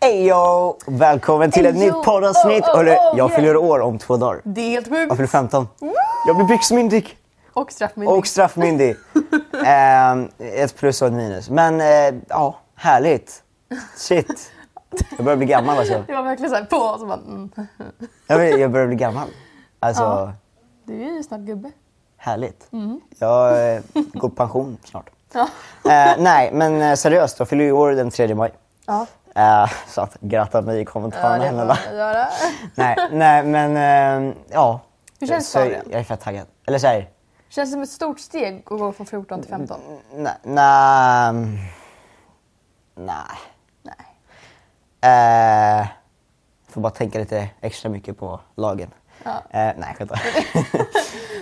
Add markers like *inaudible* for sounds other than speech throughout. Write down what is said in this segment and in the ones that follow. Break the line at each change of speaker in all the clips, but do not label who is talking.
Ejo! Välkommen till ett
Ejo!
nytt poddavsnitt.
Oh, oh,
Hörru,
oh,
jag
yeah.
fyller år om två dagar.
Det är helt sjukt.
Jag fyller 15. Jag blir byxmyndig
Och straffmyndig.
och
*laughs*
straffmyndig. Ehm, ett plus och ett minus. Men eh, ja, härligt. Shit. Jag börjar bli gammal alltså.
Det var verkligen såhär på och så bara, mm.
Jag börjar, jag börjar bli gammal. Alltså,
Ja. Mm. Du är ju snart gubbe.
härligt. Jag eh, går i pension snart.
Ja.
Eh, nej, men eh, seriöst, jag fyller ju år den 3 maj.
Ja.
Eh, så att gratta mig i kommentarerna.
det får
snälla. *laughs*
man göra.
nej, nej, men eh, ja.
Hur känns
så,
dagen?
Jag är fett taggad. Eller såhär,
Känns som ett stort steg att gå från 14 till 15.
nej. Nej. nej.
Nej.
Eh, får bara tänka lite extra mycket på lagen.
Ja.
Eh, nej, skämtar.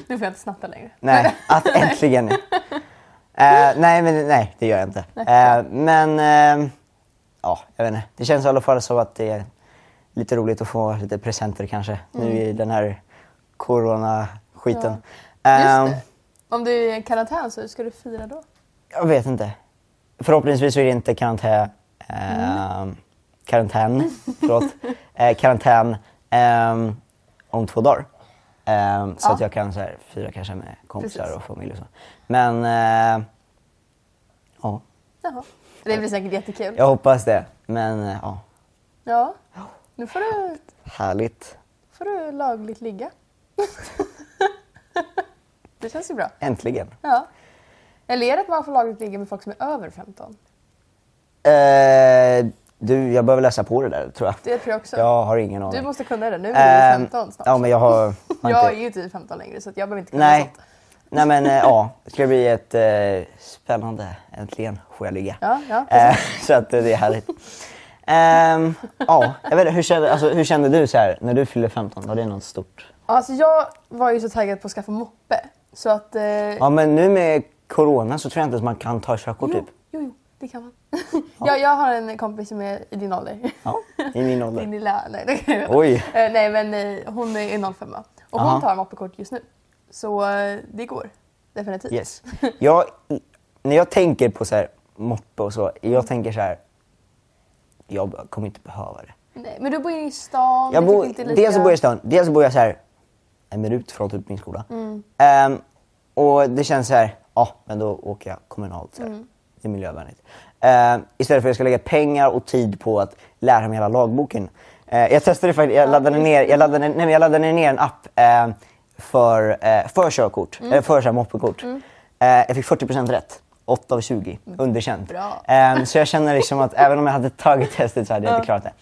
Nu får jag inte snatta längre.
nej, *laughs* att äntligen. Eh, nej, men nej, det gör jag inte. Eh, men eh, ja, jag vet inte. Det känns i alla fall som att det är lite roligt att få lite presenter kanske nu i den här corona-skiten.
Just
Eh,
det. Om du är i karantän så hur ska du fira då?
Jag vet inte. Förhoppningsvis så är det inte karantän.
Mm.
ehm, Karantän. Förlåt.
*laughs*
Eh, karantän ehm, om två dagar. Ehm, så
Ja.
att jag kan så här, fira kanske med kompisar
Precis.
och familj och så. Men eh, ja,
Jaha. Det blir säkert jättekul.
jag hoppas det. Men eh, ja,
Ja. Nu får du,
härligt.
får du
*laughs*
lagligt ligga. Det känns ju bra.
Äntligen.
Ja. Eller är det att man får lagligt ligga med folk som är över 15?
Eh, du, jag behöver läsa på det där tror jag.
Det tror jag också.
Jag har ingen aning.
Du måste kunna det. Nu är du
Ehm,
15 snart.
Ja, men jag
*laughs*
har, har
jag
inte-
är ju typ 15 längre så att jag behöver inte kunna
Nej.
sånt.
Nej men eh, ja, det ska bli ett eh, spännande, äntligen får jag ligga.
Ja, ja,
eh, *laughs* så att eh, det är härligt. Ehm, ja, jag vet inte, hur kände, alltså, hur kände du så här när du fyllde 15? Var det något stort?
Alltså jag var ju så taggad på att skaffa moppe. Så att... Eh,
Ja men nu med corona så tror jag inte att man kan ta körkort
jo,
typ.
jo, jo, det kan man. *laughs* ja, jag har en kompis som är i din ålder.
Ja, i min
*laughs* Din
ålder.
lilla... Nej, det kan jag inte.
Oj.
Eh, nej men eh, hon är 05 Och
Aha.
hon tar moppekort just nu. Så eh, det går. Definitivt.
Yes. Jag, när jag tänker på så här, moppe och så, jag tänker så här. jag kommer inte behöva det.
Nej, men du bor ju i stan.
Jag
det är typ
bor,
inte lika...
dels så bor jag i stan, dels så bor jag så här en minut från typ min skola.
Mm.
Ehm, och det känns så här, ja men då åker jag kommunalt. Så här.
Mm.
Det är miljövänligt. Ehm, istället för att jag ska lägga pengar och tid på att lära mig hela lagboken. Eh, jag testade faktiskt, jag laddade ner, jag laddade, nej, men jag laddade ner en app eh, för, eh, för körkort,
Mm.
eller för så här moppekort. Eh, jag fick 40% rätt. 8 av 20, underkänt.
Mm. Bra.
Ehm, så jag känner liksom att även om jag hade tagit testet så hade jag inte klarat det.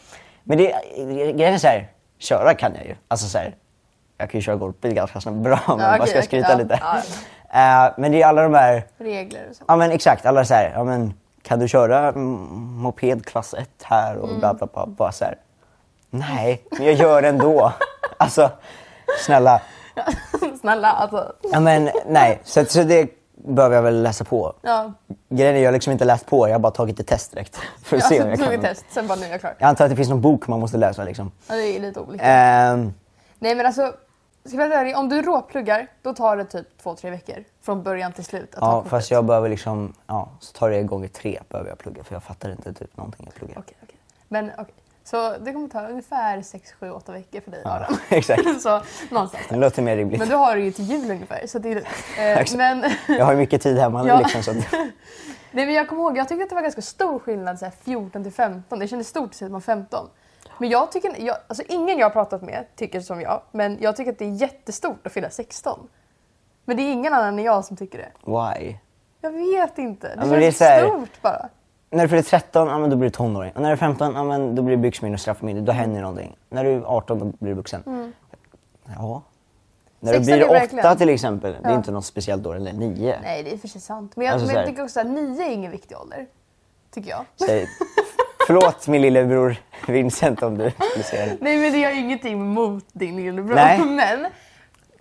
Men det, grejen är så här, köra kan jag ju. Alltså så här, jag kan ju köra golfbil ganska snabbt bra om
Ja,
jag bara
okej,
ska
okej,
skryta
ja.
lite.
Ja,
Ehm, men det är alla de här,
Regler och sånt.
ja men exakt, alla så här, ja men kan du köra mm, moped klass 1 här och bla bla bla. Bara så här, nej, men jag gör det
*laughs*
ändå. alltså, snälla.
*laughs* Snälla alltså.
Ja men nej, så, att- så det behöver jag väl läsa på.
Ja.
Grejen är jag har liksom inte läst på, jag har bara tagit ett test direkt. För att
Jag
se om jag
tog
kan.
ett test, sen bara nu är jag klar.
Jag antar att det finns någon bok man måste läsa liksom.
Ja, det är lite olika.
Ehm,
Nej men alltså, ska jag vara ärlig, om du råpluggar då tar det typ två, tre veckor från början till slut att ta
ja,
kortet.
fast jag behöver liksom, ja, så tar det gånger tre behöver jag plugga för jag fattar inte typ någonting jag pluggar.
Okej, okej. Men okej. Så det kommer ta ungefär sex, sju, åtta veckor för dig Adam.
*laughs* Exakt,
*laughs* så någonstans.
det låter mer rimligt.
Men du har det ju till jul ungefär så det
*laughs*
är lugnt. Eh,
Exakt.
men,
Jag har ju mycket tid hemma
Ja.
liksom så att,
*laughs* nej, men jag kommer ihåg, jag tyckte att det var ganska stor skillnad så här 14 till 15. Det kändes stort sett att man var 15. Men jag tycker, jag, alltså ingen jag har pratat med tycker som jag, men jag tycker att det är jättestort att fylla 16. Men det är ingen annan än jag som tycker det.
why?
Jag vet inte. Det
men
känns
det är så här-
stort bara.
När du fyller 13, ja men då blir du tonåring. Och när du är 15, ja men då blir du byxmyndig och straffmyndig. Då händer någonting. När du är 18, då blir du vuxen. Ja. När du
16
blir
Mm. är verkligen-
8 till exempel, det är
Ja.
inte något speciellt då, eller 9.
Nej, det är i och för sig sant. Men jag,
Alltså,
men
så
jag
här-
tycker också att nio är ingen viktig ålder. Tycker jag.
Säg, förlåt min lillebror Vincent om du skulle se det.
Nej, men det gör ingenting mot din lillebror.
Nej.
*laughs* Men,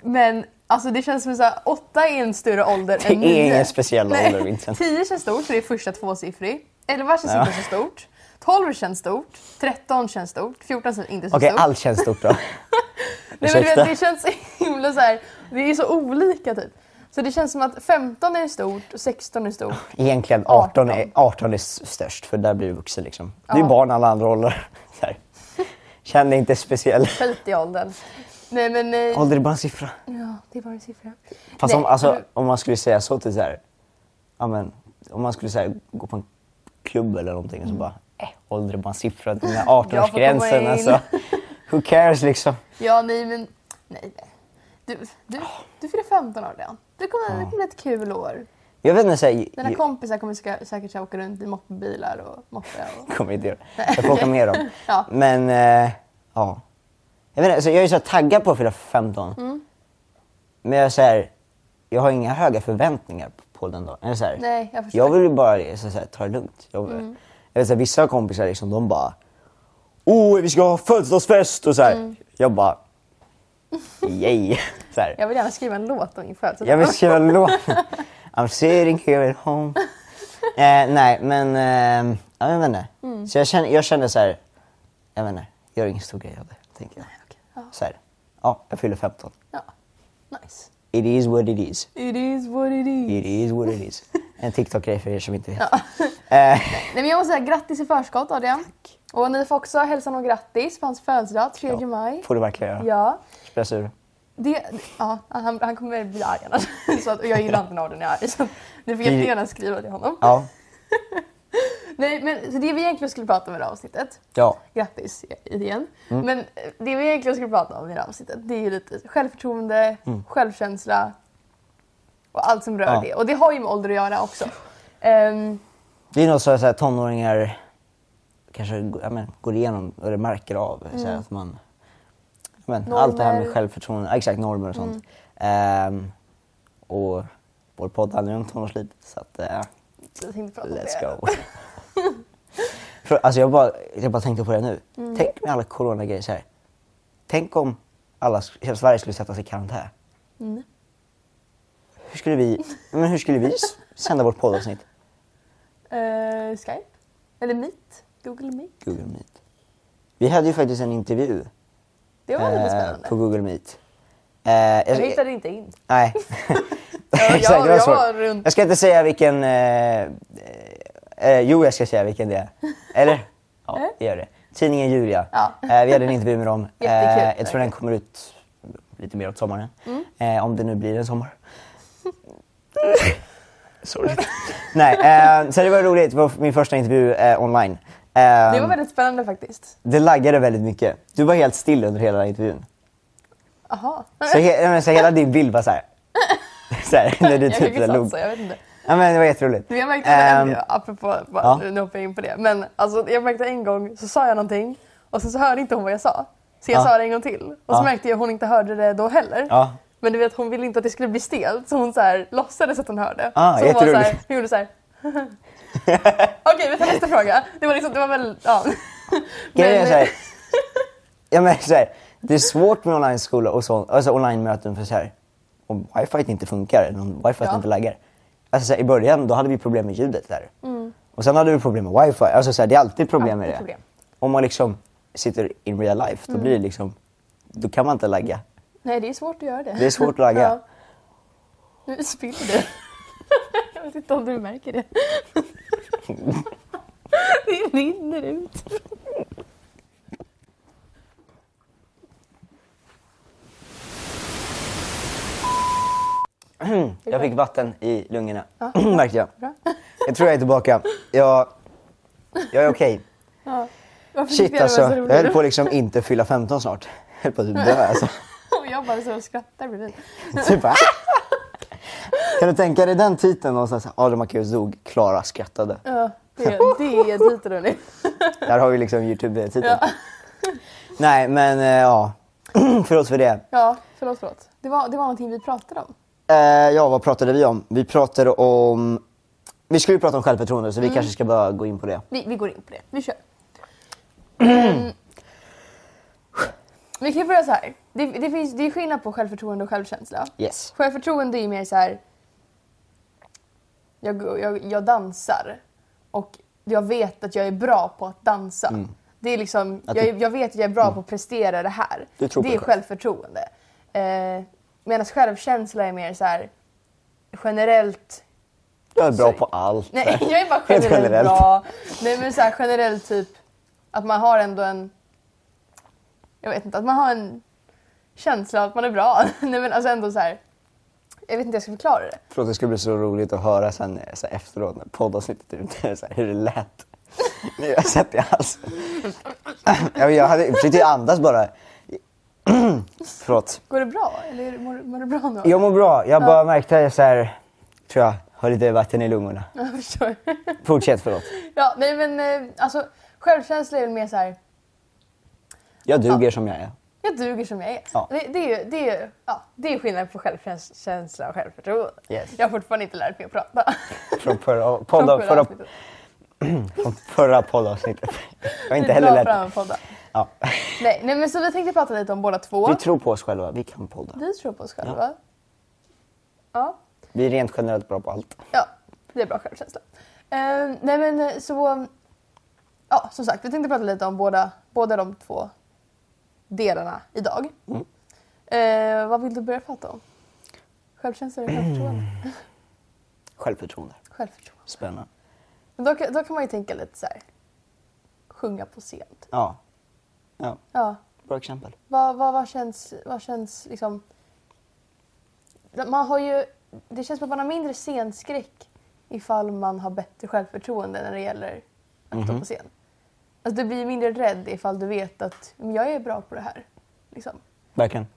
men alltså det känns som så här, åtta är en större ålder
Det
än nio.
är ingen speciell
Nej.
ålder Vincent.
*laughs* Tio känns stort, för det är första tvåsiffrig. Elva känns
Ja.
inte så stort. 12 känns stort, 13 känns stort, 14 känns inte så
Okej,
stort.
allt
*laughs*
känns stort då.
Nej, men du
Ursäkta.
*laughs* vet, det känns så himla så här, det är så olika typ. Så det känns som att 15 är stort och 16 är stort.
Egentligen 18 är, 18 är s- störst för där blir du vuxen liksom. Du är
Ja.
barn alla andra åldrar. *laughs* Så här. Känn dig inte speciell.
Skit i åldern. Nej men... eh,
Ålder är bara en siffra.
Ja, det var en siffra.
Fast
Nej,
om, alltså,
men-
om man skulle säga så till så här, ja, men, om man skulle säga, gå på en klubb eller någonting
Mm.
och så bara, eh, ålder är bara en siffra, den
*laughs*
här
Jag får komma
18-årsgränsen
in.
alltså. Who cares liksom?
Ja, nej men... Nej, nej. Du, du, du fyller 15 år redan. Det kommer, det kommer bli ett kul år.
Jag vet inte, så här,
Dina
jag,
kompisar kommer ska, säkert åka runt i moppebilar och moppe.
*laughs*
Och...
kommer inte göra det. Jag
*laughs*
får åka med dem.
Ja.
Men, eh, ja. Jag, vet inte, så jag är så här taggad på att fylla 15.
Mm.
Men jag, är så här, jag har inga höga förväntningar på- på den dagen. Jag, är så här,
Nej, jag förstår. Mm.
jag vill ju bara så här, ta det lugnt. Jag, jag vet, så här, vissa kompisar liksom, de bara “Oh, vi ska ha födelsedagsfest” och så här.
Mm.
Jag bara “Yay!” *laughs* så här.
Jag vill gärna skriva en låt om din
Jag vill
födelsedag.
skriva en låt. I'm sitting here at home. Eh, nej, men eh, ja, jag vet inte.
Mm.
Så jag kände, jag kände så här, jag vet inte, gör ingen stor grej av det. Tänker jag.
okej. Ja.
Så här, ja, jag fyller 15.
Ja. Nice.
It is what it is.
It is what it is.
It is what it is. En TikTok-grej för er som inte vet. Eh,
*laughs* Nej, men jag måste säga grattis i förskott Adrian. Och ni får också hälsa honom grattis på hans födelsedag 3 maj.
får du verkligen göra.
Ja.
Spela sur.
Det, ja, han, han kommer bli arg annars. *laughs* Så att, och jag gillar inte när Adrian är arg. Så att ni får jättegärna skriva till honom.
Ja.
Nej, men så det vi egentligen skulle prata om i det här avsnittet.
Ja.
Grattis igen.
Mm.
Men eh, det vi egentligen skulle prata om i det här avsnittet det är ju lite självförtroende, självkänsla och allt som rör
Mm. Ja.
det. Och det har ju med ålder att göra också. Ehm,
Det är något som så här, tonåringar kanske ja, men, går igenom eller märker av. Så här, att man, ja, men, allt det här med
Normer.
självförtroende, ja, exakt normer och sånt. Ehm, och vår podd handlar ju om tonårsliv. Så att, eh,
jag tänkte prata om
let's
det.
go. För, alltså, jag, bara, jag bara tänkte på det nu. Tänk med alla coronagrejer. så här. Tänk om alla, hela Sverige skulle sätta sig i karantän. Hur skulle vi, men hur skulle vi s- sända vårt poddavsnitt?
Eh, Skype? Eller Meet? Google Meet?
Google Meet. Vi hade ju faktiskt en intervju
Det var lite
eh,
spännande.
på Google Meet. Eh, jag,
Jag hittade inte in. *laughs*
Nej. *laughs* Exakt,
jag-
det
jag
svårt.
var runt-
jag ska inte säga vilken... Eh, eh, jo, jag ska säga vilken det är.
*laughs*
Eller? Ja, jag gör det. Tidningen Julia.
Eh? Ja.
Eh, vi hade en intervju med dem.
*laughs*
Eh,
Jättekul,
jag tror den
verkligen. Mm.
kommer ut lite mer åt sommaren. Eh, om det nu blir en
*laughs*
sommar. Sorry. nej, eh, så det var roligt. Det var min första intervju eh, online. Ehm,
Det
Um,
var väldigt spännande faktiskt.
Det laggade väldigt mycket. Du var helt still under hela intervjun.
Aha.
Så, he- ja, men så hela din bild var så här. Så här när du
jag
typ
kanske
så här
satsar,
log.
jag vet inte.
Ja, men det var jätteroligt.
Men jag märkte en,
Ehm,
apropå, bara,
ja.
nu hoppar jag in på det. Men alltså, jag märkte en gång så sa jag någonting och sen så hörde inte hon vad jag sa. Så jag
Ja.
sa det en gång till. Och så
Ja.
märkte jag att hon inte hörde det då heller.
Ja.
Men du vet hon ville inte att det skulle bli stelt så hon så här, låtsades att hon hörde.
Ah,
så hon, var så här,
jätteroligt.
hon gjorde
*laughs*
så här. Okej vi tar nästa fråga. Det var liksom, det var väl, ja.
Grejen är
Men,
så
*laughs*
här, ja, men så här, det är svårt med online-skola och sånt, alltså online-möten för så här, om wifi inte funkar eller om wifi
Ja.
inte laggar. Alltså så här, i början då hade vi problem med ljudet där. Och sen hade vi problem med wifi. Alltså så här, det är alltid problem med
Alltid
det.
Mm. problem. Mm.
Om man liksom sitter in real life, då blir det liksom, då kan man inte lagga.
Nej det är svårt att göra det.
Det är
*laughs*
svårt att lagga.
Ja. Nu spiller du. *laughs* Jag vet inte om du märker det. *laughs* Det rinner ut.
Jag fick vatten i lungorna, *clears throat* märkte jag. Jag tror jag är tillbaka. Jag, jag är okej.
Varför tyckte
Shit
jag
alltså,
det var så
jag höll
roligt?
på att liksom inte fylla 15 snart. Jag höll på att typ dö alltså. *laughs*
*laughs* Och jag bara så och skrattar bredvid.
Typ, ah! Kan du tänka dig den titeln någonstans? Adam Marcus dog, Klara skrattade.
Ja, det, det är dit du
*laughs* Där har vi liksom Youtube-titeln.
Ja.
Nej men eh, ja, *clears throat* förlåt för det.
Ja, förlåt, förlåt. Det var, det var någonting vi pratade om.
Eh, ja, vad pratade vi om? Vi pratade om... Vi skulle ju prata om självförtroende så
Mm.
vi kanske ska bara gå in på det.
Vi, vi går in på det. Vi kör. Ehm, vi kan ju börja så här. Det, det, finns, det är skillnad på självförtroende och självkänsla.
Yes.
Självförtroende är ju mer så här... Jag, jag, jag dansar och jag vet att jag är bra på att dansa.
Mm.
Det är liksom,
Att
jag,
du-
är- jag vet att jag är bra på att prestera det här.
Du Mm. tror på
det är
dig själv.
självförtroende. Eh, Medan självkänsla är mer så här... generellt...
Jag är bra
Sorry.
på allt.
Nej, jag är bara
*laughs* Helt
generellt,
generellt.
bra. Nej, men så här, generellt typ att man har ändå en... Jag vet inte, att man har en känsla av att man är bra. *laughs* Nej, men alltså ändå så här... Jag vet inte hur jag ska förklara det.
Förlåt, det skulle bli så roligt att höra sen eh, så här efteråt när poddavsnittet är ute, så här, hur det lät. *laughs* Nu har jag sett i halsen. Ja, men Jag hade försökt andas bara. *clears throat* Förlåt.
Går det bra? Eller mår, mår du bra nu?
Jag mår bra. Jag bara märkte att jag så här, tror jag, har lite vatten i lungorna.
*laughs* Jag förstår.
Fortsätt, förlåt.
Ja, nej men eh, alltså självkänsla är väl mer så här...
Jag duger som jag är.
Jag duger som jag är.
Ja.
Det, det är ju det är, ju- ja, det är skillnaden på självkänsla och självförtroende.
Yes.
Jag har fortfarande inte lärt mig att prata.
Från förra, podda,
Från
förra,
avsnittet.
från förra poddavsnittet. Jag har inte
Vi
heller
drar
lärt
fram
mig.
en podda.
Ja.
Nej, nej, men så vi tänkte prata lite om båda två.
Vi tror på oss själva. Vi kan podda.
Vi tror på oss själva. Ja.
Vi är rent generellt bra på allt.
Ja, det är bra självkänsla. Eh, nej men eh, så... Ja, som sagt, vi tänkte prata lite om båda, båda de två delarna idag. Eh, vad vill du börja prata om? Självkänsla eller självförtroende?
Självförtroende.
Självförtroende.
Spännande.
Men då, kan- då kan man ju tänka lite så här. Sjunga på scen. typ.
Ja. ja.
Ja.
Bra exempel.
Vad, vad, vad känns, vad känns liksom... Man har ju, det känns som att man har mindre scenskräck ifall man har bättre självförtroende när det gäller
Mm-hmm.
att
Mhm.
stå på scen. Alltså du blir mindre rädd ifall du vet att "Men jag är bra på det här. Liksom.
Verkligen.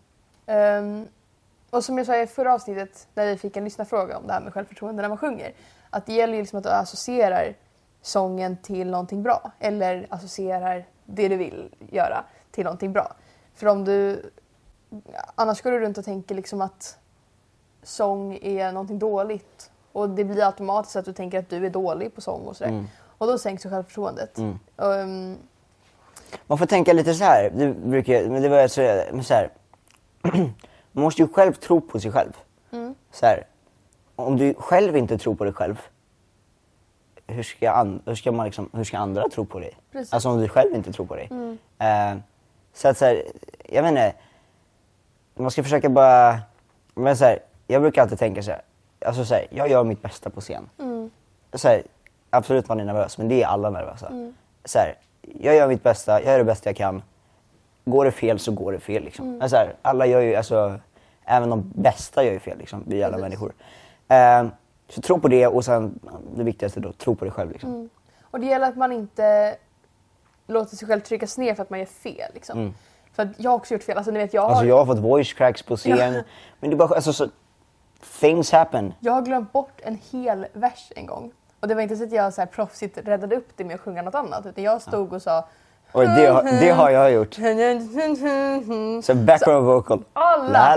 Ehm, och som jag sa i förra avsnittet när vi fick en lyssnarfråga om det här med självförtroende när man sjunger. Att det gäller ju liksom att du associerar sången till någonting bra. Eller associerar det du vill göra till någonting bra. För om du... Annars går du runt och tänker liksom att sång är någonting dåligt. Och det blir automatiskt att du tänker att du är dålig på sång och sådär. Och då sänks ju självförtroendet. Ehm,
Man får tänka lite så här. Det, brukar, men det var jag säga, men så här. *clears throat* Man måste ju själv tro på sig själv. Så här. Om du själv inte tror på dig själv, hur ska, an, hur ska, man liksom, hur ska andra tro på dig?
Precis.
Alltså om du själv inte tror på dig. Eh, så att så här, jag vet inte. Man ska försöka bara... Men så här, jag brukar alltid tänka så här. Alltså så här, jag gör mitt bästa på scen. Så här, absolut man är nervös, men det är alla nervösa. Så här, jag gör mitt bästa, jag gör det bästa jag kan. Går det fel så går det fel. Liksom.
Mm.
Men Så här, alla gör ju, alltså, även de bästa gör ju fel. Liksom. Vi är alla
Precis.
människor. Eh, så tro på det och sen det viktigaste då, tro på dig själv. Liksom.
Mm. Och det gäller att man inte låter sig själv tryckas ner för att man gör fel. Liksom. För att jag har också gjort fel. Alltså, ni vet, jag, har,
Mm. Alltså jag
jag...
har fått voice cracks på scen. *laughs* Men det är bara, alltså, så, things happen.
har glömt bort en hel vers en gång. Och det var inte så att jag så här, proffsigt räddade upp det med att sjunga något annat. Utan jag stod och sa...
Och det, har-
Mm.
det har jag gjort. Så background vocal.
Alla.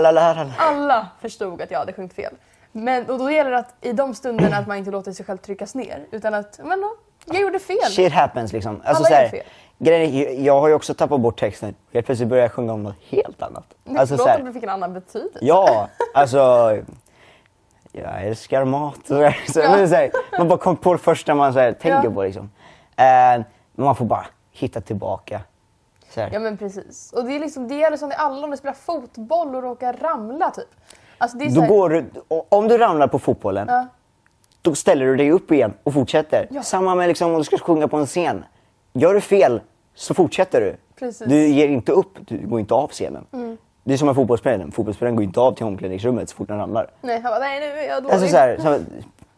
La, la, la, la, la.
Alla förstod att jag hade sjungit fel. Men, och då gäller det att i de stunderna att man inte låter sig själv tryckas ner. Utan att, men då, jag gjorde fel.
Shit happens liksom. Alltså,
Alla
så
gör
här,
fel.
grejen är, jag- jag har ju också tappat bort texten. Helt plötsligt börjar jag sjunga om något helt annat. Alltså, så
Låten
här,
fick en annan betydelse.
ja, alltså. Jag älskar mat. Så, här, så,
Ja.
men, så här, man bara kom på det första man så här, tänker
Ja.
på. Liksom. Eh, men man får bara hitta tillbaka. Så här.
Ja men precis. Och det är liksom det gäller som i alla om du spelar fotboll och råkar ramla typ. Alltså det är så
Då
här,
går du, o- om du ramlar på fotbollen,
Ja.
då ställer du dig upp igen och fortsätter.
Ja.
Samma med liksom, om du ska sjunga på en scen. Gör du fel så fortsätter du.
Precis. Mm.
Du ger inte upp, du går inte av scenen. Det är som en fotbollsspelare. En fotbollsspelare går inte av till omklädningsrummet så fort han ramlar.
Nej, han bara, nej nu är jag dålig.
Alltså, så här, så,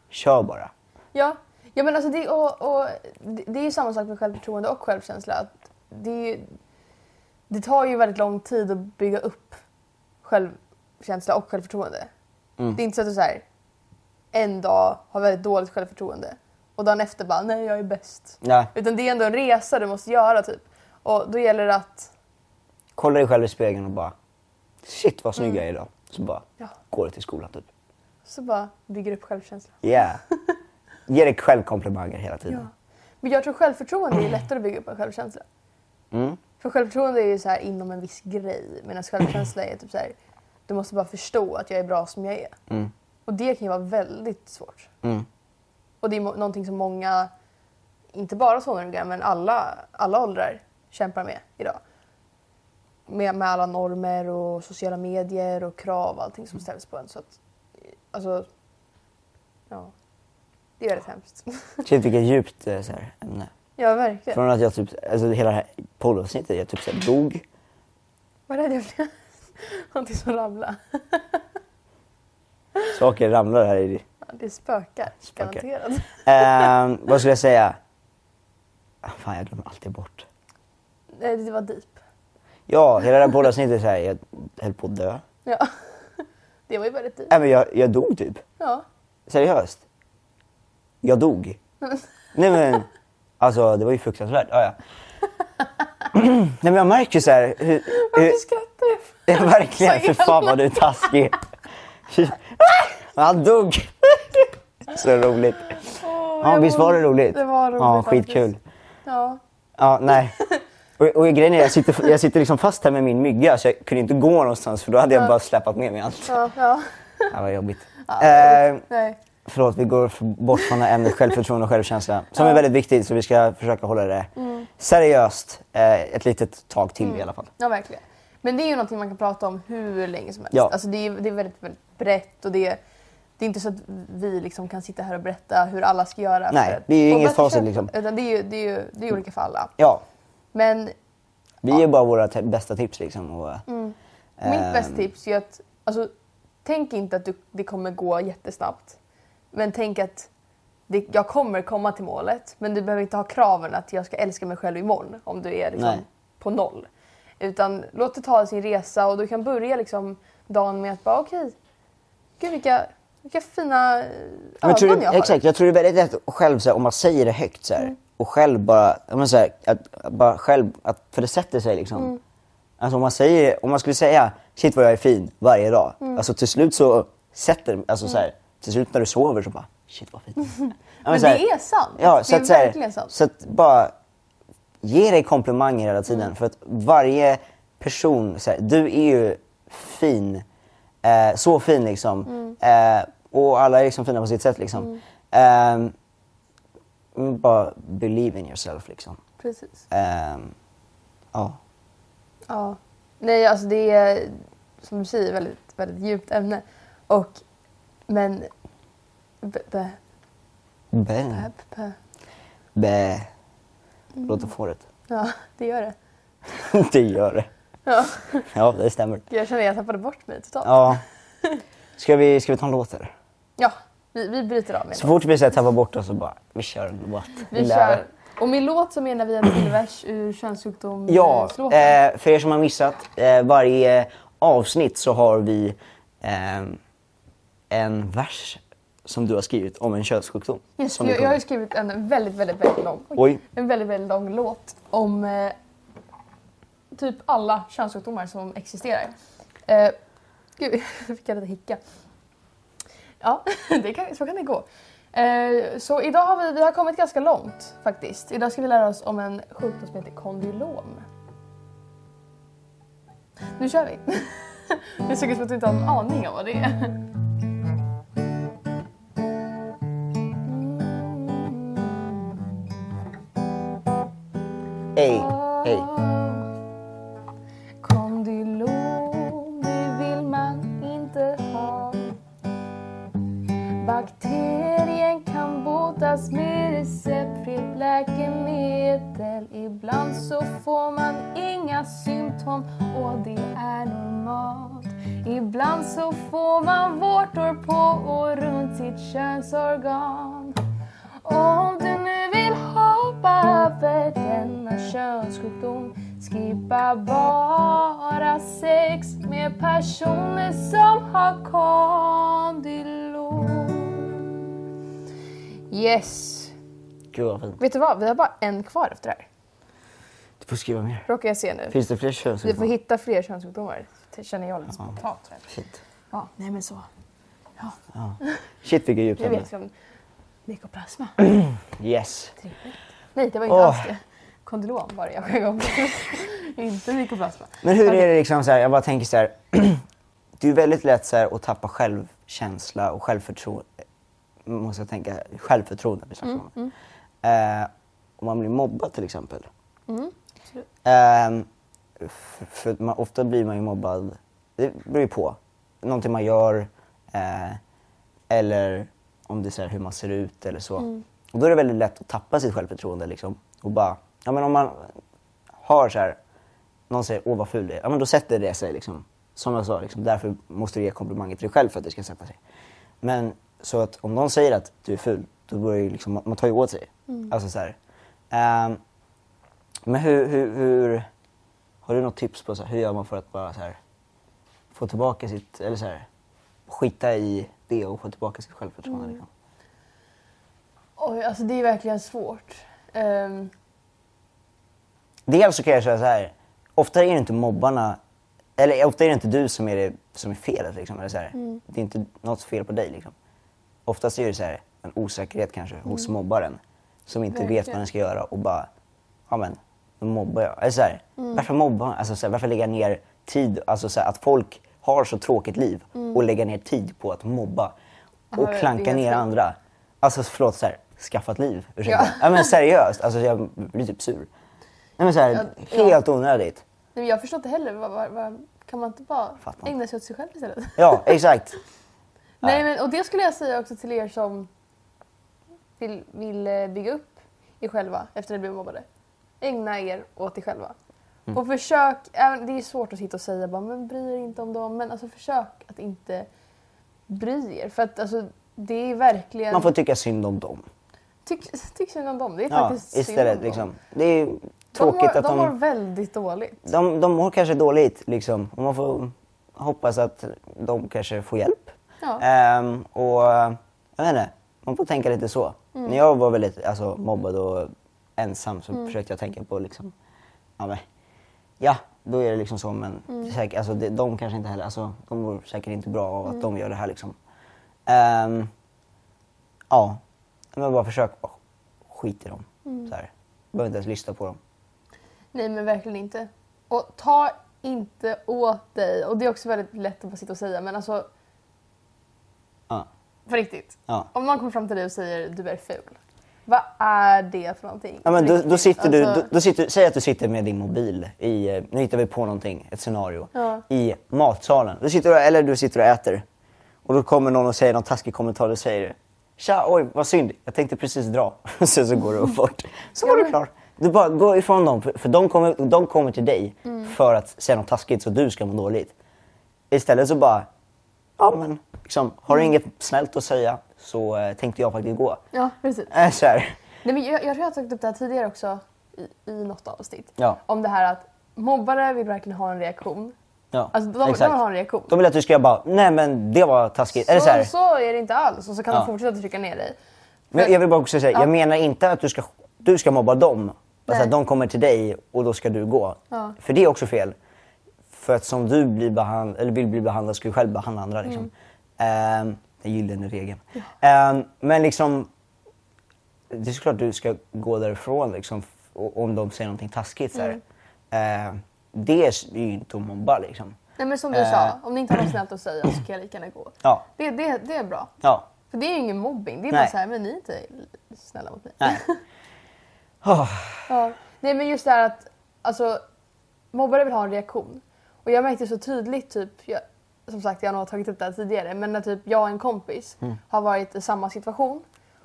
kör bara.
Ja. ja men alltså det, och, och, det, det är ju samma sak med självförtroende och självkänsla. Att det, är ju- det tar ju väldigt lång tid att bygga upp självkänsla och självförtroende.
Mm.
Det är inte så att du så här, en dag har väldigt dåligt självförtroende och dagen efter bara nej jag är bäst.
Ja.
Utan det är ändå en resa du måste göra typ. Och då gäller det att
Kolla dig själv i spegeln och bara shit vad snygg jag är idag. Så bara
Mm. Ja.
går du till skolan typ.
så bara bygger upp självkänsla.
Yeah.
*laughs*
Ge dig själv komplimanger hela
Ja.
tiden.
Men jag tror självförtroende är lättare att bygga upp än självkänsla.
Mm,
För självförtroende är ju så här inom en viss grej medan självkänsla är typ så här, du måste bara förstå att jag är bra som jag är. Och det kan ju vara väldigt svårt.
mm.
Och det är må- någonting som många, inte bara tonåringar men alla, alla åldrar kämpar med idag. Med, med alla normer och sociala medier och krav och allting som ställs på en. Så att, eh, alltså, Ja. Det är väldigt hemskt. *laughs*
Shit vilket djupt eh, så här, ämne.
Ja, verkligen.
Från att jag typ, alltså hela det här poddavsnittet, jag typ så här, dog.
Vad rädd jag blev. *laughs* Någonting som ramlade.
Saker ramlar här i...
Ja, Det spökar,
Spökar.
garanterat.
Ehm, vad skulle jag säga? Ah, Fan jag glömmer alltid bort.
Nej, det var deep.
Ja, hela det här poddavsnittet så här, jag höll på att dö.
Ja. *laughs* Det var ju väldigt deep.
Nej men jag, jag dog typ.
Ja.
Seriöst. Jag
*laughs*
dog. Nej men, alltså det var ju fruktansvärt. Ja, ja. Nej men jag märker ju så här, hur, hur,
Varför skrattar jag?
*laughs* Ja, verkligen.
Så
För fan vad du är taskig. Fy- Han dog. Så roligt.
Åh,
Ja,
jag
visst
mår-
var det roligt?
Det var roligt
Ja,
faktiskt.
skitkul.
Ja.
Ja, nej. Och, och grejen är, jag sitter, jag sitter liksom fast här med min mygga så jag kunde inte gå någonstans för då hade jag bara släpat med mig allt.
Ja. ja.
Det var jobbigt. *laughs*
ja
Eh,
Nej.
förlåt, vi går f- bort från det här ämnet självförtroende och självkänsla som är väldigt viktigt så vi ska försöka hålla det
Mm.
seriöst eh, ett litet tag till i alla fall.
Ja, verkligen. Men det är ju någonting man kan prata om hur länge som helst.
Ja.
Alltså det, är, det är väldigt, väldigt brett och det är, det är inte så att vi liksom kan sitta här och berätta hur alla ska göra.
Nej,
för att-
det är ju
och
inget
bara
facit,
försöka-
liksom.
Utan det är ju det är, ju- det är olika för alla.
Ja,
Men
vi ger bara våra te- bästa tips liksom. Och,
Mm.
Ehm.
mitt bästa tips är att alltså, tänk inte att du, det kommer gå jättesnabbt. Men tänk att det, jag kommer komma till målet men du behöver inte ha kraven att jag ska älska mig själv imorgon om du är liksom,
Nej.
på noll. Utan låt det ta sin resa och du kan börja liksom, dagen med att bara okej, gud vilka, vilka fina eh,
Men
ögon
tror du,
jag har. Mm.
exakt, jag tror det är väldigt lätt att själv, så här, om man säger det högt så här, och själv bara, ja, men, så här, att, att bara själv, att, för det sätter sig liksom.
Mm.
Alltså om man, säger, om man skulle säga shit vad jag är fin varje dag,
Mm.
alltså till slut så sätter alltså, så här, till slut när du sover så bara shit vad
*laughs*
fin. Ja, men,
Men
så här-
det är sant.
Ja,
det
så
är
att, så här,
verkligen sant.
så att bara ge dig komplimanger hela tiden
Mm.
för att varje person, så här, du är ju fin, eh, så fin liksom.
Mm.
Eh, och alla är liksom fina på sitt sätt liksom. Ehm, men bara believe in yourself liksom.
Precis.
Ehm, ja.
Ja. Nej, alltså det är som du säger väldigt, väldigt djupt ämne. Och men... b- b-
Bä.
b- b-
Bä.
Mm.
Låter fåret.
Ja, det gör det.
*laughs* det gör det.
Ja.
Ja, det stämmer.
Jag känner att jag tappade bort mig totalt. Ja, *laughs*
Ja. Ska vi, ska vi ta en låt eller?
vi, vi bryter av med
Så
det.
fort vi så här tappar bort oss så bara, vi kör en låt.
Vi kör. Och med låt så menar vi en till vers ur könssjukdomslåten.
Ja, eh, för er som har missat, eh, varje avsnitt så har vi eh, en vers som du har skrivit om en könssjukdom.
Yes,
som
för
vi
jag, jag har ju skrivit en väldigt, väldigt, väldigt lång,
Oj.
En väldigt, väldigt lång låt om eh, typ alla könssjukdomar som existerar. Eh, gud, *laughs* jag fick jag lite hicka. Ja, *laughs* det kan, så kan det gå. Eh, så idag har vi, vi har kommit ganska långt faktiskt. Idag ska vi lära oss om en sjukdom som heter kondylom. Nu kör vi. *laughs* Det ser ut som att du inte har en aning om vad det är. Mm.
Ey, ey.
Kondylom, det vill man inte ha. Bakterien kan botas med receptfritt läkemedel. Ibland så får man inga symptom och det är normalt. Ibland så får man vårtor på och runt sitt könsorgan. Om du nu vill hoppa över denna könssjukdom Skippa bara sex med personer som har kondylom Yes!
Gud vad fint.
Vet du vad? Vi har bara en kvar efter det här.
Du får skriva mer.
Råkar jag se nu.
Finns det fler
Vi får
könssjukdomar?
hitta fler könssjukdomar. Det känner jag lite spontant.
Shit.
Ja, nej men så.
Shit vilket djupt
Jag
ämne.
vet om mykoplasma.
Yes.
Nej, det var inte
Åh.
alls det. Kondylom var det jag sjöng igång. *laughs* Inte mykoplasma.
Men hur är det liksom så här, jag bara tänker så här. *clears throat* det är väldigt lätt så här att tappa självkänsla och självförtroende. Måste jag tänka, självförtroende vi snackar om. Eh, om man blir mobbad till exempel. Ehm, f- för att man, ofta blir man ju mobbad, det beror ju på. Någonting man gör eh, eller om det är så här hur man ser ut eller så. Och då är det väldigt lätt att tappa sitt självförtroende liksom. Och bara, ja men om man hör så här, någon säger åh vad ful du är, ja men då sätter det sig liksom. Som jag sa, liksom, därför måste du ge komplimanger till dig själv för att det ska sätta sig. Men så att om någon säger att du är ful, då börjar ju liksom, man- man tar ju åt sig. Alltså så här. Ehm, men hur, hur, hur, har du något tips på så här, hur gör man för att bara så här, få tillbaka sitt, eller så här, skita i det och få tillbaka sitt självförtroende? Liksom?
Oj, alltså det är verkligen svårt. Ehm,
Dels så kan jag säga så här, ofta är det inte mobbarna, eller ofta är det inte du som är, det, som är felet. Liksom, eller så här. Det är inte något fel på dig. Liksom. Oftast är det så här, en osäkerhet kanske hos mobbaren som inte vet vad
Verkligen.
den ska göra och bara, ja men, då mobbar jag. Eller så här, Varför mobbar man? Alltså, så här, varför lägga ner tid, alltså så här, att folk har så tråkigt liv och lägga ner tid på att mobba och
det är
klanka
helt
ner
sjukt.
andra. Alltså förlåt, så här, skaffa ett liv. Ursäkta. Ja. men seriöst, alltså, jag blir typ sur. Nej men såhär,
Ja, ja.
helt onödigt.
nej, men jag förstår inte heller. Vad, vad, vad, kan man inte bara
Fattar inte.
ägna sig åt sig själv istället? *laughs*
Ja, exakt.
Nej, men, och det skulle jag säga också till er som vill, vill eh, bygga upp er själva efter att ni blev mobbade. Ägna er åt er själva.
Mm.
Och försök, även, det är svårt att sitta och säga bara, men bry er inte om dem, men alltså försök att inte bry er. För att alltså, det är verkligen...
Man får tycka synd om dem.
Tyck, tyck synd om dem, det är
Ja,
faktiskt synd om
istället
dem.
liksom. Det är ju
de
tråkigt
mår,
att
de... mår
de,
väldigt dåligt.
de, de mår kanske dåligt liksom. Och man får hoppas att de kanske får hjälp.
Ja.
Ehm, och jag vet inte, man får tänka lite så. När jag var väldigt alltså, mobbad och ensam så försökte jag tänka på liksom, ja, men, ja då är det liksom så men säkert, alltså, det, de kanske inte heller, alltså, de mår säkert inte bra av att de gör det här liksom. Ehm, ja, men bara försök bara skit i dem. Så här. Behöver inte ens lyssna på dem.
Nej men verkligen inte. Och ta inte åt dig, och det är också väldigt lätt att bara sitta och säga, men alltså
Ja.
På riktigt?
Ja.
Om någon kommer fram till dig och säger du är ful. Vad är det för någonting?
Ja, men
På
då,
riktigt,
då sitter du,
alltså,
då, då sitter, säg att du sitter med din mobil i, eh, nu hittar vi på någonting, ett scenario,
Ja.
i matsalen. Du sitter, och- eller du sitter och äter och då kommer någon och säger någon taskig kommentar och säger Tja, oj vad synd, jag tänkte precis dra. *laughs* Och Sen så går du bort. Så var du
men-
klar. Du bara går ifrån dem, för för de kommer, de kommer till dig
Mm.
för att säga något taskigt så du ska må dåligt. Istället så bara, ja men liksom, har
Mm.
du inget snällt att säga så eh, tänkte jag faktiskt gå.
Ja, precis.
Äh, så här.
Nej, men jag, jag tror jag har tagit upp det här tidigare också i, i något avsnitt.
Ja.
Om det här att mobbare vill verkligen ha en reaktion.
Ja,
Alltså, de- de
exakt.
har en reaktion.
De vill att du ska bara, nej men det var taskigt. Eller
så,
så här,
så är det inte alls och så kan
Ja.
de fortsätta trycka ner dig.
men jag vill bara också säga,
Ja.
jag menar inte att du ska, du ska mobba dem. Alltså
Nej.
att de kommer till dig och då ska du gå.
Ja.
För det är också fel. För att som du blir behand, eller vill bli behandlad ska du själv behandla andra.
Mm.
Liksom. Ehm, den gyllene regeln. Ehm, men liksom, det är såklart du ska gå därifrån liksom, f- och- om de säger någonting taskigt. Så här.
Mm.
Ehm, det är ju inte att mobba liksom.
Nej men som du
Eh.
sa, om ni inte har något snällt att säga så kan jag lika gärna gå.
Ja.
Det, det, det är bra.
Ja.
För det är ju ingen mobbing, det är
Nej.
bara så här, men ni är inte snälla mot mig.
Nej.
*laughs* Ja. Nej men just det här att alltså, mobbare vill ha en reaktion. Och jag märkte så tydligt, typ, jag, som sagt jag har nog tagit upp det här tidigare, men när typ jag och en kompis
Mm.
har varit i samma situation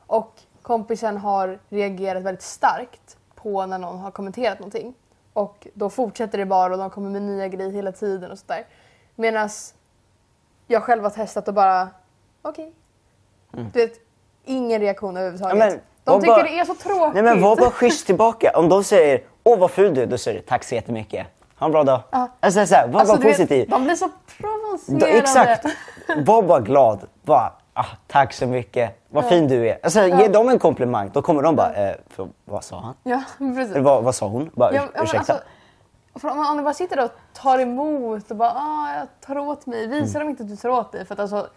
och kompisen har reagerat väldigt starkt på när någon har kommenterat någonting. Och då fortsätter det bara och de kommer med nya grejer hela tiden och sådär. Medan jag själv har testat och bara, okej. Du vet, ingen reaktion överhuvudtaget.
Mm. Ja, men
de
vad
tycker
bara-
det är så tråkigt.
Nej men var bara schysst tillbaka. Om de säger åh vad ful du är, då säger du tack så jättemycket. Ha en bra dag.
Ja.
Alltså, så här, var
Alltså,
bara
du vet,
positiv.
de blir så
Då-
provocerande.
exakt. Var bara glad. Bara, ah, tack så mycket. Vad fin du är. Alltså, Ge dem en komplimang. Då kommer de bara, eh, för, vad sa han?
Ja, *laughs* precis.
Eller vad, vad sa hon? Bara,
Ja,
"Urs-
ja, men
ursäkta.
alltså, för om, om du bara sitter där och tar emot och bara ah, jag tar åt mig. Visa
Mm.
dem inte att du tar åt dig. För att alltså,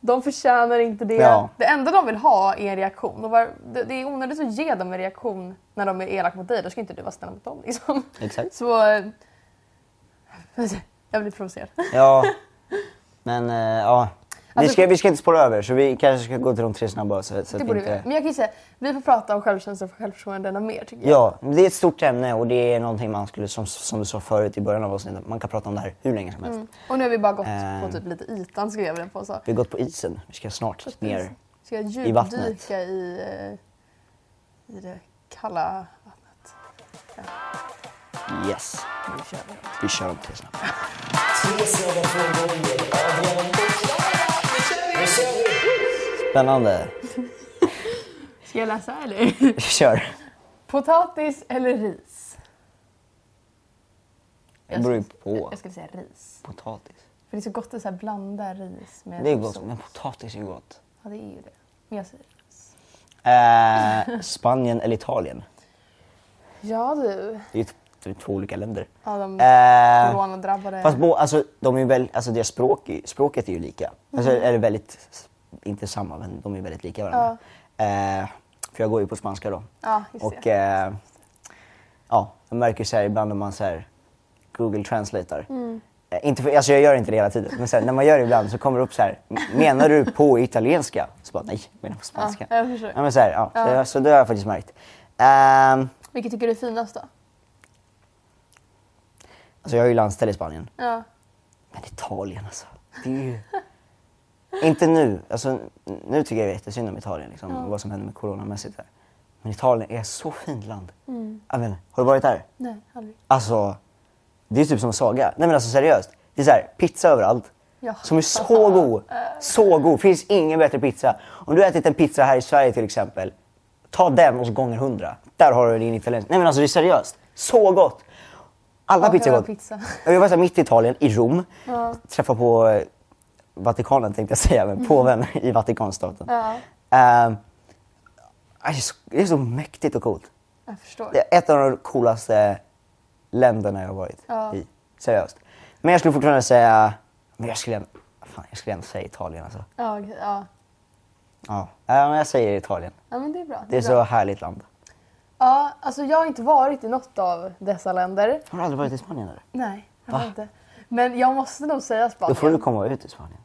de förtjänar inte det.
Ja.
Det enda de vill ha är en reaktion. Och var, det, det är onödigt att ge dem en reaktion när de är elaka mot dig. Då ska inte du vara snäll mot dem. Liksom.
Exakt.
Så... eh, Jag blir provocerad.
Ja. Men eh, ja. vi,
Alltså-
ska, vi ska inte spåra över så vi kanske ska gå till de tre snabba. Så, så
Det
att
borde vi
inte...
göra. Men jag kan ju säga, vi får prata om självkänsla och självförtroende mer tycker jag.
Ja, men det är ett stort ämne och det är någonting man skulle, som, som du sa förut i början av avsnittet, man kan prata om det här hur länge som helst.
Och nu har vi bara gått
Ehm.
på typ lite ytan skulle jag vilja påstå.
Vi har gått på isen, vi ska snart ner.
Ska jag
vattnet.
djupdyka i, eh, i det kalla vattnet?
Yes.
Nu kör vi.
Vi kör om tre snabbt. Spännande.
Ska jag läsa eller?
Kör.
Potatis eller ris?
Det beror ju på.
Jag skulle säga ris.
Potatis.
För det är så gott att så här blanda ris med
Det är gott,
sås.
men potatis är ju gott.
Ja, det är ju det. Men jag säger ris.
Eh, Spanien eller Italien?
Ja du.
Det är ju t- det är två olika länder.
Ja, de
Eh,
coronadrabbade.
Fast bo, alltså, de är ju väl, alltså deras språk, är- språket är ju lika. Alltså
Mm.
är det väldigt, s- inte samma men de är väldigt lika varandra. Eh, för jag går ju på spanska då.
Ja, just
Och
det.
eh, ja, jag märker så här ibland när man så här Google translatear.
Mm.
Eh, inte för, alltså jag gör inte det hela tiden, men så här, när man gör det ibland så kommer det upp så här, menar du på italienska? Så bara, nej, jag menar på spanska.
Ja, jag förstår.
men så, här, ja, Så, jag- så det har jag faktiskt märkt. Ehm,
Vilket tycker du är finast då?
alltså jag har ju landställe i Spanien.
Ja.
Men Italien alltså. Det är ju... Inte nu. Alltså, nu tycker jag jättesynd om Italien. Liksom, Vad som händer med coronamässigt där. Men Italien är ett så fint land. Jag menar, har du varit där?
Nej, aldrig.
Alltså, det är typ som en saga. Nej men alltså seriöst. Det är så här, pizza överallt.
Ja.
Som är så god. Så god. Finns ingen bättre pizza. Om du har ätit en pizza här i Sverige till exempel. Ta den och så gånger hundra. Där har du din italiensk. Nej men alltså det är seriöst. Så gott. Alla
Ja,
pizzor är
hela
gott.
pizza.
Jag var så här, mitt i Italien, i Rom. Träffade på eh, Vatikanen tänkte jag säga, men påven i Vatikanstaten.
Mm. Ja.
Ehm, det är så- det är så mäktigt och coolt.
Jag förstår.
Det är ett av de coolaste länderna jag har varit
Ja.
i. Seriöst. Men jag skulle fortfarande säga... Men jag skulle ändå, fan, jag skulle ändå säga Italien alltså.
Ja, okej, ja.
Ja. ja, men jag säger Italien.
ja, men det är bra.
Det är
bra.
så härligt land.
Ja, alltså jag har inte varit i något av dessa länder.
Har du aldrig varit i Spanien eller?
Nej, jag har inte. Men jag måste nog säga
Då
Spanien.
får du komma ut i Spanien.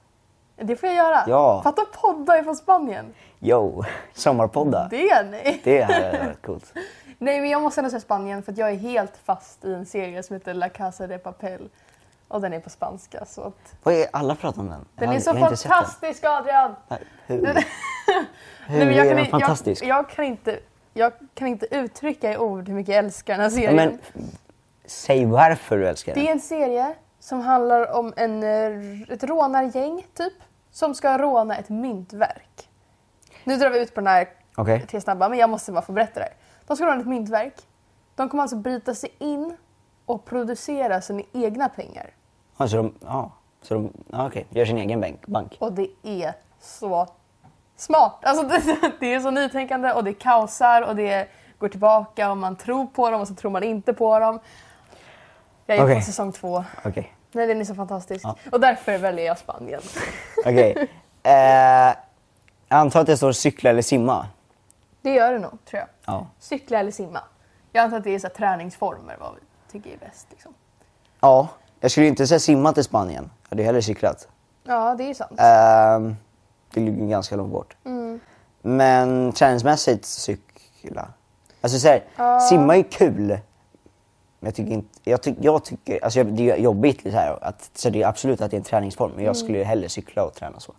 Det får jag göra.
Ja.
Fatta att podda ifrån Spanien.
Yo, sommarpodda. Det,
Det nej.
hade varit coolt.
*laughs* Nej, men jag måste ändå säga Spanien för att jag är helt fast i en serie som heter La Casa de Papel. Och den är på spanska så att...
Vad är alla pratar om den?
Den
jag,
är
har-
så
jag har inte sett
fantastisk Adrian!
den. Nej, Hur? Hur
men
är
kan
den
i-
fantastisk?
Jag, jag, kan inte, jag kan inte uttrycka i ord hur mycket jag älskar den här
Ja,
serien.
men, säg varför du älskar
Det
den.
är en serie som handlar om en, eh, ett rånargäng, typ, som ska råna ett myntverk. Nu drar vi ut på den här
Okej.
till snabba, men jag måste bara få berätta det här. De ska råna ett myntverk. De kommer alltså bryta sig in och producera sina egna pengar.
Ja, så de, ja, så de, ja, okej, gör sin egen bank. bank.
Och det är så smart. Alltså *laughs* det, det är så nytänkande och det kaosar och det går tillbaka och man tror på dem och så tror man inte på dem. Jag är
Okej.
på säsong två.
Okej.
Nej, den är så fantastisk.
Ja.
Och därför väljer jag Spanien. *laughs*
Okej. Eh, jag antar att det står cykla eller simma.
Det gör det nog, tror jag.
Ja.
Cykla eller simma. Jag antar att det är så här, träningsformer vad vi tycker är bäst. Liksom.
Ja. Jag skulle ju inte säga simma till Spanien. Jag hade ju hellre cyklat.
Ja, det är ju sant.
Ehm, det ligger ju ganska långt bort. Men träningsmässigt cykla. Alltså så här, simma är kul. Men jag tycker inte, jag, tyck, jag tycker, alltså jag- det är jobbigt så här, att, så det är absolut att det är en träningsform. Men jag skulle ju hellre cykla och träna så.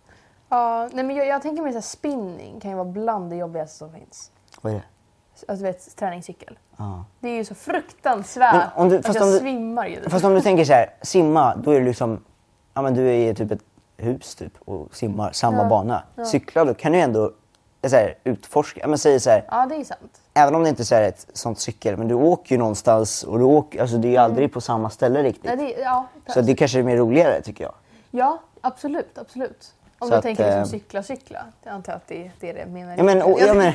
Ja, nej, men jag, jag tänker mig så här, spinning kan ju vara bland det jobbigaste som finns.
Vad är det?
Alltså du vet, träningscykel.
Ja.
Det är ju så fruktansvärt
Men om du-
att
fast
jag
om du-
svimmar ju.
Fast om du tänker så här, simma, då är det liksom, ja men du är i typ ett hus typ och simmar samma bana. Cykla, då kan du ändå så här, utforska, ja, men säg så här,
Ja, det är ju sant.
även om det inte är så här, ett sånt cykel, men du åker ju någonstans och du åker, alltså det är ju aldrig på samma ställe riktigt.
Nej, det, är- ja,
Så det kanske är mer roligare tycker jag.
ja, absolut, absolut. Om
Så
du
att,
tänker liksom
eh,
cykla, cykla. Jag antar att det, det är det jag menar.
Ja men, och, ja, men,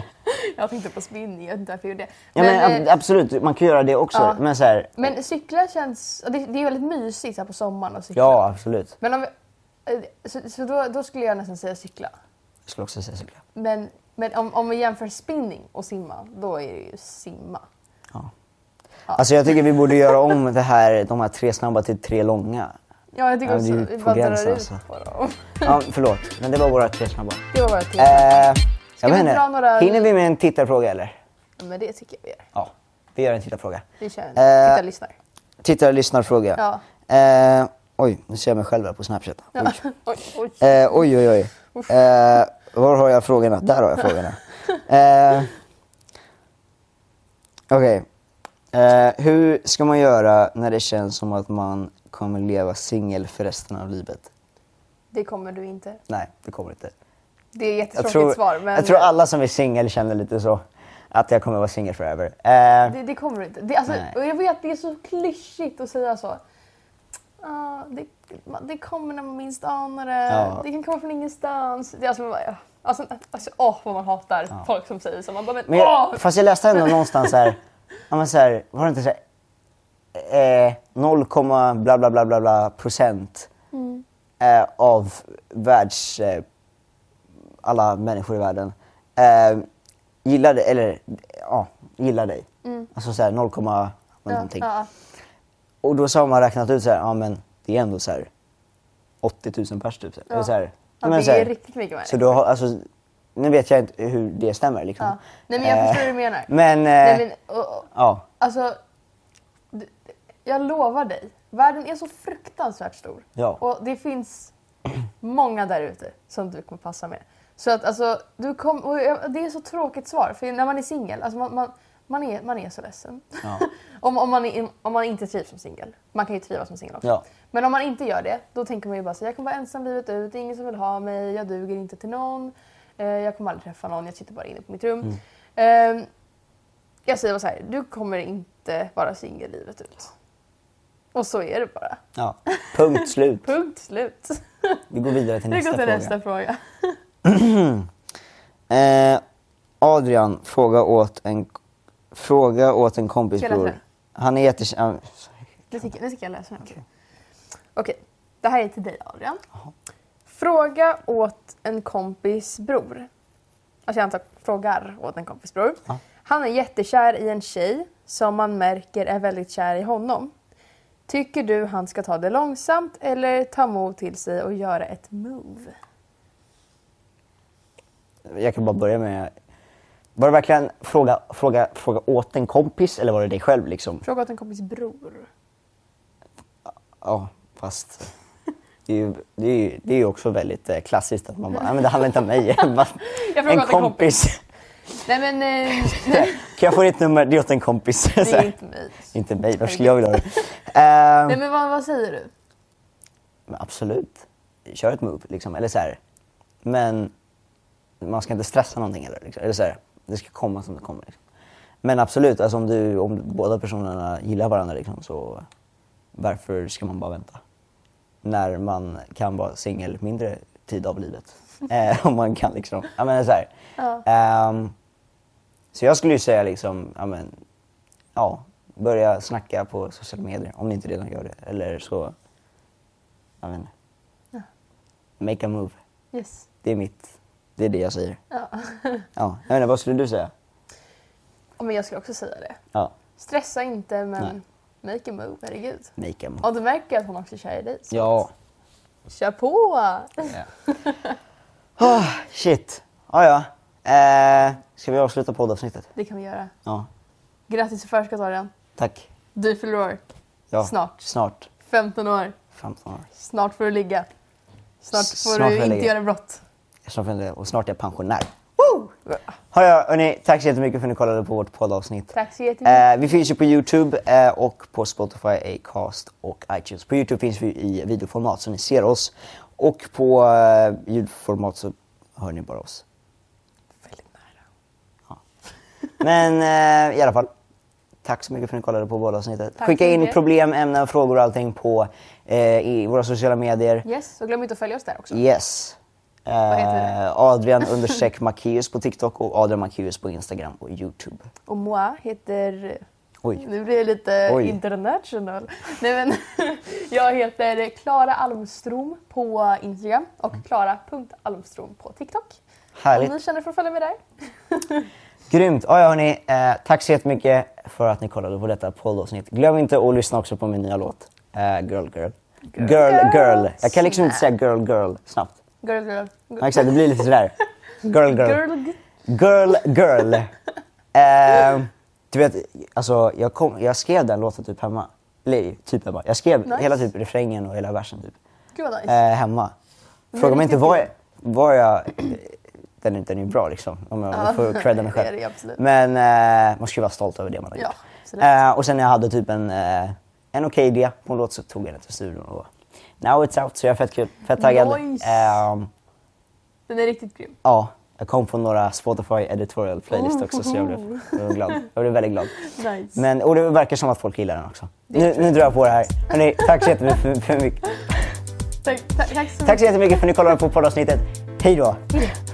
*laughs*
jag tänkte *laughs* på spinning, jag vet inte varför jag gjorde det.
ja, men
eh,
ab- absolut, man kan göra det också.
ja.
Men så här,
Men cykla känns... och Det, det är väldigt mysigt så här på sommaren att cykla.
ja absolut.
Men om, vi- eh, så så då, då skulle jag nästan säga cykla.
Jag skulle också säga cykla.
Men, men om, om vi jämför spinning och simma, då är det ju simma.
Ja. Alltså jag tycker vi borde göra om det här, de här tre snabba till tre långa.
Ja, jag tycker
Ja,
också
det är ju
vi
på
bara drar
gränsen,
ut
alltså.
på dem. *laughs*
Ja, förlåt, men det var våra tre snabba.
Det var våra tips.
Eh, jag
vi
vet inte.
dra några-
Hinner vi med en tittarfråga eller?
Ja, men det tycker jag vi gör.
Ja, vi gör en tittarfråga.
Vi kör en
Eh,
titta och lyssnar.
Tittar och lyssnarfråga.
*laughs*
Eh, oj, nu ser jag mig själv här på Snapchat. Oj,
Oj, oj.
eh, oj, oj. oj. Eh, Var har jag frågorna? Där har jag
*laughs*
frågorna. eh, Okej. Eh, hur ska man göra när det känns som att man kommer leva singel för resten av livet?
Det kommer du inte.
Nej, det kommer inte.
Det är ett
Jag
jättetråkigt
tror,
svar. Men eh,
jag tror alla som är singel känner lite så. Att jag kommer vara singel forever. Eh,
det, det kommer du inte. Det, alltså,
Nej.
och jag vet, det är så klyschigt att säga så. Ja, det, man- det kommer när man minst anar det.
Ja.
Det kan komma från ingenstans. Det är alltså, ja. alltså, alltså, åh vad man hatar folk som säger så. Man bara, men,
men
åh!
jag, fast jag läste ändå någonstans här, ja, men så här, var det inte så här, eh, 0, bla bla bla bla bla procent eh, av världs, eh, alla människor i världen eh, gillar dig, eller ja, gillar dig. Alltså så här 0, ja, någonting.
Mm. Ja,
Och då så har man räknat ut så här, ja men det är ändå så här 80 000 pers typ. Så här.
Ja.
Eller så här,
ja,
men
det
så här,
är riktigt mycket
så
värre.
då har, alltså, nu vet jag inte hur det stämmer liksom.
Ja. Nej, men jag förstår
Eh,
hur du menar.
Men, eh,
Nej, men, och, och,
ja.
alltså, d- jag lovar dig. Världen är så fruktansvärt stor.
Ja.
Och det finns många där ute som du kommer passa med. Så att alltså, du kom, och jag- det är så tråkigt svar. För när man är singel, alltså man, man, man, är, man är så ledsen.
Ja.
*laughs* om, om, man är, om man inte trivs som singel. Man kan ju trivas som singel också.
Ja.
Men om man inte gör det, då tänker man ju bara så jag kommer vara ensam livet ut, det är ingen som vill ha mig, jag duger inte till någon, eh, jag kommer aldrig träffa någon, jag sitter bara inne på mitt
Mm.
rum. Eh, jag säger bara så här, du kommer inte vara singel livet ut. Och så är det bara.
ja. Punkt slut.
Punkt slut.
Vi går vidare till
Nu går
nästa
till
fråga.
nästa fråga.
*clears throat* Eh, Adrian, fråga åt en, fråga åt en kompis
Ska jag läsa
bror.
den?
Han är jättekänd.
Nu tycker, nu tycker jag läsa den. Okej. Det här är till dig Adrian. Fråga åt en kompis bror. Alltså jag antar frågar åt en kompis bror.
Ja.
Han är jättekär i en tjej som man märker är väldigt kär i honom. Tycker du han ska ta det långsamt eller ta mod till sig och göra ett move?
Jag kan bara börja med. Var det verkligen fråga, fråga, fråga åt en kompis eller var det dig själv liksom?
Fråga åt en kompis bror.
Ja, fast det är ju, det är ju, det är ju också väldigt eh, klassiskt att man bara, nej men det handlar inte om mig. *laughs* Bara,
Jag frågar
en
åt en
kompis. *laughs*
Nej men, eh,
kan jag få ditt nummer? Det är åt en kompis. *laughs*
det
Så
är
här,
inte mig.
inte mig, varför skulle jag vilja ha det?
Nej
Eh,
men vad, vad säger du?
men absolut, kör ett move liksom. Eller så här. Men man ska inte stressa någonting heller. Liksom. Eller så här, det ska komma som det kommer. Liksom. Men absolut, alltså om, du, om båda personerna gillar varandra liksom, så varför ska man bara vänta? När man kan vara singel mindre tid av livet. eh, om man kan liksom, ja men så här. Ehm, så jag skulle ju säga liksom, ja men, ja, börja snacka på sociala medier om ni inte redan gör det. Eller så, jag vet inte. Make a move.
Yes.
Det är mitt, det är det jag säger.
Ja.
Ja, jag menar, vad skulle du säga?
Ja, men jag skulle också säga det.
Ja,
Stressa inte men
Nej.
make a move, herregud.
make a move.
Och du märker att hon också är kär i dig. så
Ja.
Kör på!
ja. Ah, shit. Ja, ja. Eh, ska vi avsluta poddavsnittet?
Det kan vi göra.
Ja,
Grattis i förskott Adrian.
tack.
Du fyller år.
Ja.
Snart.
Snart.
15 år.
15 år.
Snart får du ligga. Snart får
S- snart får
du
jag
inte
ligga.
göra brott.
Snart fyller jag- Och snart är jag pensionär.
Woo!
Ja, ja, hörni, tack så jättemycket för att ni kollade på vårt poddavsnitt.
Tack så jättemycket.
Eh, vi finns ju på Youtube eh, och på Spotify, Acast och iTunes. På Youtube finns vi i videoformat så ni ser oss. Och på eh, ljudformat så hör ni bara oss.
Väldigt nära. *laughs*
Men eh, i alla fall. Tack så mycket för att ni kollade på poddavsnittet.
Tack
Skicka
så
in
mycket.
problem, ämnen, frågor och allting på eh, i våra sociala medier.
Yes, och glöm inte att följa oss där också.
Yes.
heter
Eh, Adrian understreck Macéus på TikTok och Adrian Macéus på Instagram och Youtube.
Och Moa heter...
Oj.
Nu blir jag lite
Oj.
international. Nej, men *laughs* jag heter Klara Almstrom på Instagram och klara.almstrom på TikTok.
Mm. Härligt.
Om ni känner för att följa med där.
Grymt! Ja, ja, hörni, eh, tack så jättemycket för att ni kollade på detta poddavsnitt. Glöm inte att lyssna också på min nya låt, eh, Girl Girl. Girl Girl. Jag kan liksom inte säga girl girl snabbt.
Girl, girl.
Ja, Exakt, det blir lite sådär. Girl girl.
Girl.
Girl girl. Eh, du vet, alltså jag, kom, jag skrev den låten typ hemma. Eller typ hemma. Jag skrev
Nice.
hela typ refrängen och hela versen typ.
Gud vad nice.
Eh, hemma. Fråga mig
riktigt
inte vad
kul.
jag, vad jag den, är- den är ju bra liksom. Om jag
Ja,
får credda mig
*laughs* det är
själv.
det absolut.
Men eh, man ska ju vara stolt över det man har
Ja,
gjort.
absolut.
Eh, och sen när jag hade typ en, eh, en okej idé på en låt så tog jag den till studion och now it's out. Så jag är fett kul, fett taggad.
Nice.
Ehm,
Den är riktigt grym.
Ja, jag kom på några Spotify editorial playlist också så jag blev, jag blev glad. Jag blev väldigt glad.
Nice.
Men, och det verkar som att folk gillar den också.
Det
Nu,
tror
nu drar jag på det här. Hörrni, tack så jättemycket för, för, mycket.
Tack, tack, tack så
Tack så
mycket.
jättemycket för att ni kollade på poddavsnittet. Hej då!
Tack så mycket.